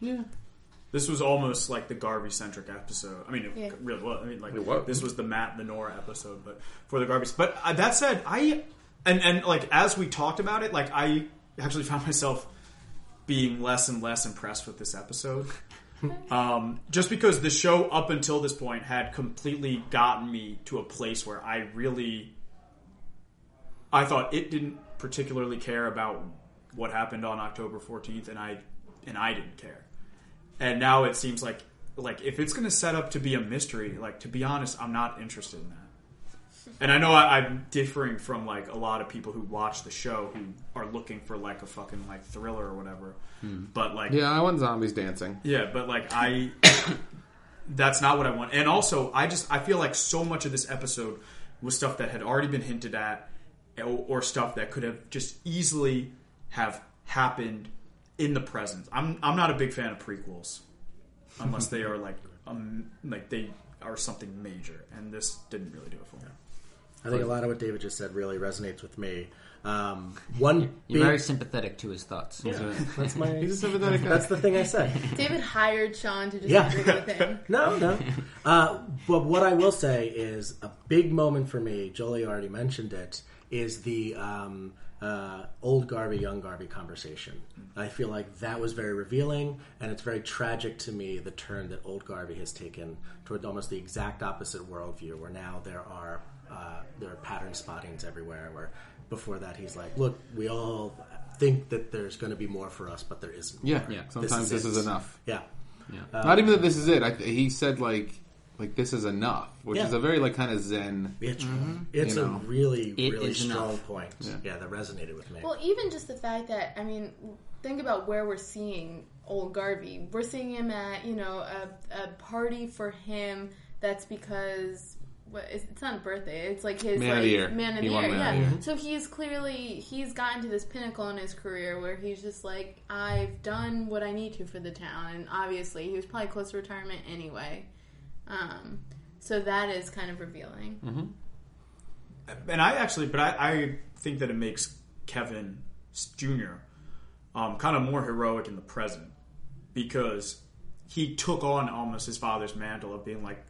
This was almost like the Garvey centric episode. I mean, it
Yeah.
really was. I mean, like
It was.
this was the Matt the Nora episode, but for the Garveys. But uh, that said, I and and like as we talked about it, like I actually found myself being less and less impressed with this episode. Um, just because the show up until this point had completely gotten me to a place where I really, I thought it didn't particularly care about what happened on October fourteenth, and I and I didn't care. And now it seems like like if it's going to set up to be a mystery, like to be honest, I'm not interested in that. And I know I, I'm differing from like a lot of people who watch the show who are looking for like a fucking like thriller or whatever. But like
yeah, I want zombies dancing.
yeah, but like I that's not what I want. And also, I just I feel like so much of this episode was stuff that had already been hinted at or, or stuff that could have just easily have happened in the present. I'm I'm not a big fan of prequels unless they are like um like they are something major and this didn't really do it for me.
I think a lot of what David just said really resonates with me. Um, one
You're very
big,
sympathetic to his thoughts.
that's my.
He's a sympathetic guy.
(laughs) That's the thing I said.
David hired Sean to just
Yeah.
agree with him.
No,
(laughs)
no. Uh, but what I will say is a big moment for me. Jolie already mentioned it. Is the um, uh, old Garvey, young Garvey conversation? I feel like that was very revealing, and it's very tragic to me the turn that old Garvey has taken toward almost the exact opposite worldview, where now there are uh, there are pattern spottings everywhere. Where before that he's like, look, we all think that there's going to be more for us, but there isn't.
yeah,
Yeah. This
Sometimes
is
this
it.
is enough.
Yeah.
Not even that this is it. I, he said like like this is enough, which
Yeah.
is a very like kind of zen.
It's, it's
You
a
know,
really,
it
really
is
strong
enough.
point. Yeah. that resonated with me.
Well, even just the fact that I mean, think about where we're seeing old Garvey. We're seeing him at you know a, a party for him. That's because what is, it's not a birthday. It's like his
Man of
like,
the year.
Man of
He
the
won
year.
Man
Yeah.
of the
So he is clearly he's gotten to this pinnacle in his career where he's just like I've done what I need to for the town, and obviously he was probably close to retirement anyway. Um, so that is kind of revealing.
Hmm.
and I actually, but I, I think that it makes Kevin Jr. Um, kind of more heroic in the present because he took on almost his father's mantle of being like,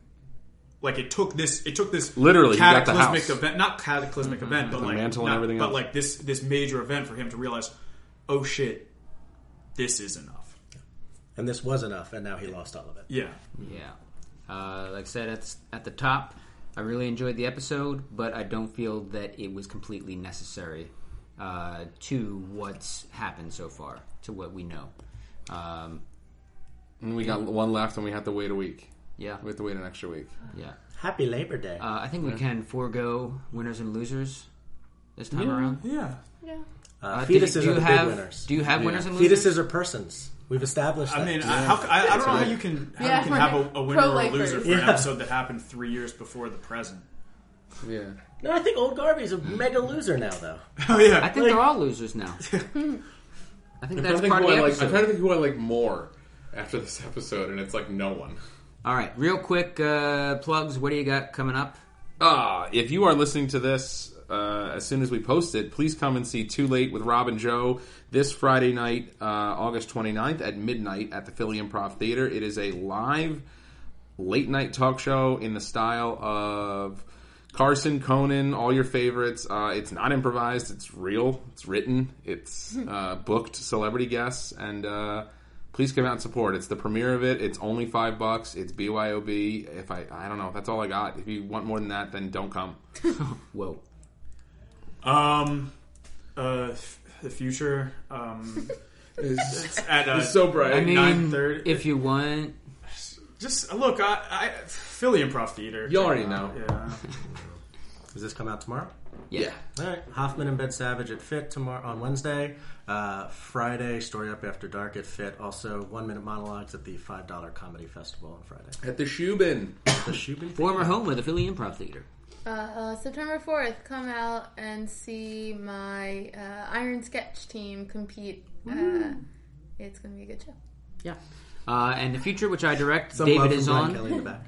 like it took this, it took this
Literally, he got the
cataclysmic
house.
event, not cataclysmic event, but
The
like
mantle and
not-
everything
but
else.
like this this major event for him to realize, oh shit, this is enough.
and this was enough, and now he lost all of it.
Yeah,
Yeah. Uh, like I said at, at the top, I really enjoyed the episode, but I don't feel that it was completely necessary uh, to what's happened so far, to what we know. Um,
And we got one left, and we have to wait a week.
yeah.
We have to wait an extra week.
Yeah.
Happy Labor Day.
Uh, I think we can forego winners and losers this time around.
yeah.
Yeah.
Uh,
did-
fetuses
do
are
you
the
have,
big winners.
Do you have winners and losers?
fetuses are persons. We've established that.
I mean, I, how, I, I don't know how you can how
Yeah,
you
we're (laughs)
can have a, a winner or a loser
pro-lifers.
for an
Yeah.
episode that happened three years before the present. (laughs)
Yeah.
no, I think Old Garvey's a mega loser now, though.
Oh yeah,
I think they're all losers
(laughs)
now. I think
I'm
that's
trying, to think
part
who
of the
I like,
episode.
I'm trying to think who I like more after this episode, and it's like no one.
All right, real quick uh, plugs. What do you got coming up?
Ah, if you are listening to this uh, as soon as we post it, please come and see Too Late with Rob and Joe this Friday night, uh, August 29th at midnight at the Philly Improv Theater. It is a live late night talk show in the style of Carson, Conan, all your favorites. Uh, it's not improvised, it's real, it's written, it's uh, booked celebrity guests, and uh, please come out and support. It's the premiere of it, it's only five bucks, it's BYOB. If I, I don't know, that's all I got. If you want more than that, then don't come.
Whoa.
Um, uh, f- the future.
(laughs)
Um,
It's,
at uh,
so bright.
I mean,
9:30.
if you want,
just look, I, I Philly Improv Theater.
You already know.
Yeah,
Does this come out tomorrow?
Yeah.
All right, Hoffman and Bed Savage at Fit tomorrow on Wednesday. Uh, Friday, Story Up After Dark at Fit. Also, one minute monologues at the five dollar comedy festival on Friday.
At the shoe bin.
The Shubin
Former home of the Philly Improv Theater.
Uh, uh, September 4th, come out and see my uh, Iron Sketch team compete. Uh, it's going to be a good show.
Yeah. Uh, and the future, which I direct,
Some
David
love from
is
Brian
on.
Kelly in
(laughs)
the back.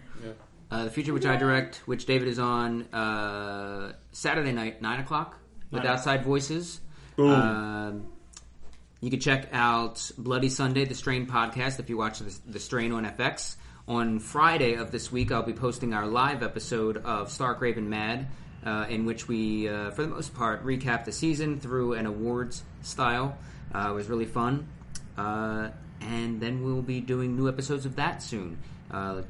Uh, the future, which I direct, which David is on, uh, Saturday night, nine o'clock, with Outside Voices. Um, Boom. you can check out Bloody Sunday, the Strain podcast, if you watch the, the Strain on FX. On Friday of this week, I'll be posting our live episode of Stark Raven Mad, uh, in which we, uh, for the most part, recap the season through an awards style. Uh, it was really fun. Uh, and then we'll be doing new episodes of that soon. Uh,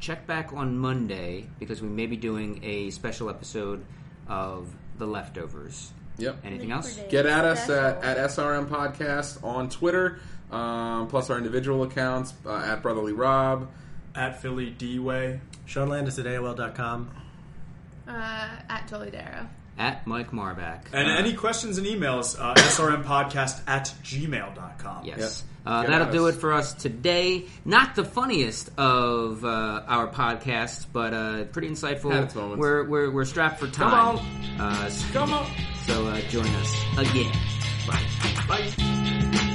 check back on Monday because we may be doing a special episode of The Leftovers.
Yep.
Anything else?
Get at us at,
Special.
at SRM Podcast on Twitter, um, plus our individual accounts uh, at Brotherly Rob.
At Philly D Way.
Sean Landis at AOL.com.
Uh, at Jolie Darrow.
At Mike Marback.
And
Uh-huh.
any questions and emails, uh, srmpodcast at gmail.com.
Yes.
Yep.
Uh,
Get
that'll
at
do
us.
it for us today. Not the funniest of uh, our podcasts, but uh, pretty insightful.
Had its moments.
We're, we're, we're strapped for time.
on.
Uh, so
Come on.
so uh, join us again. Bye.
Bye.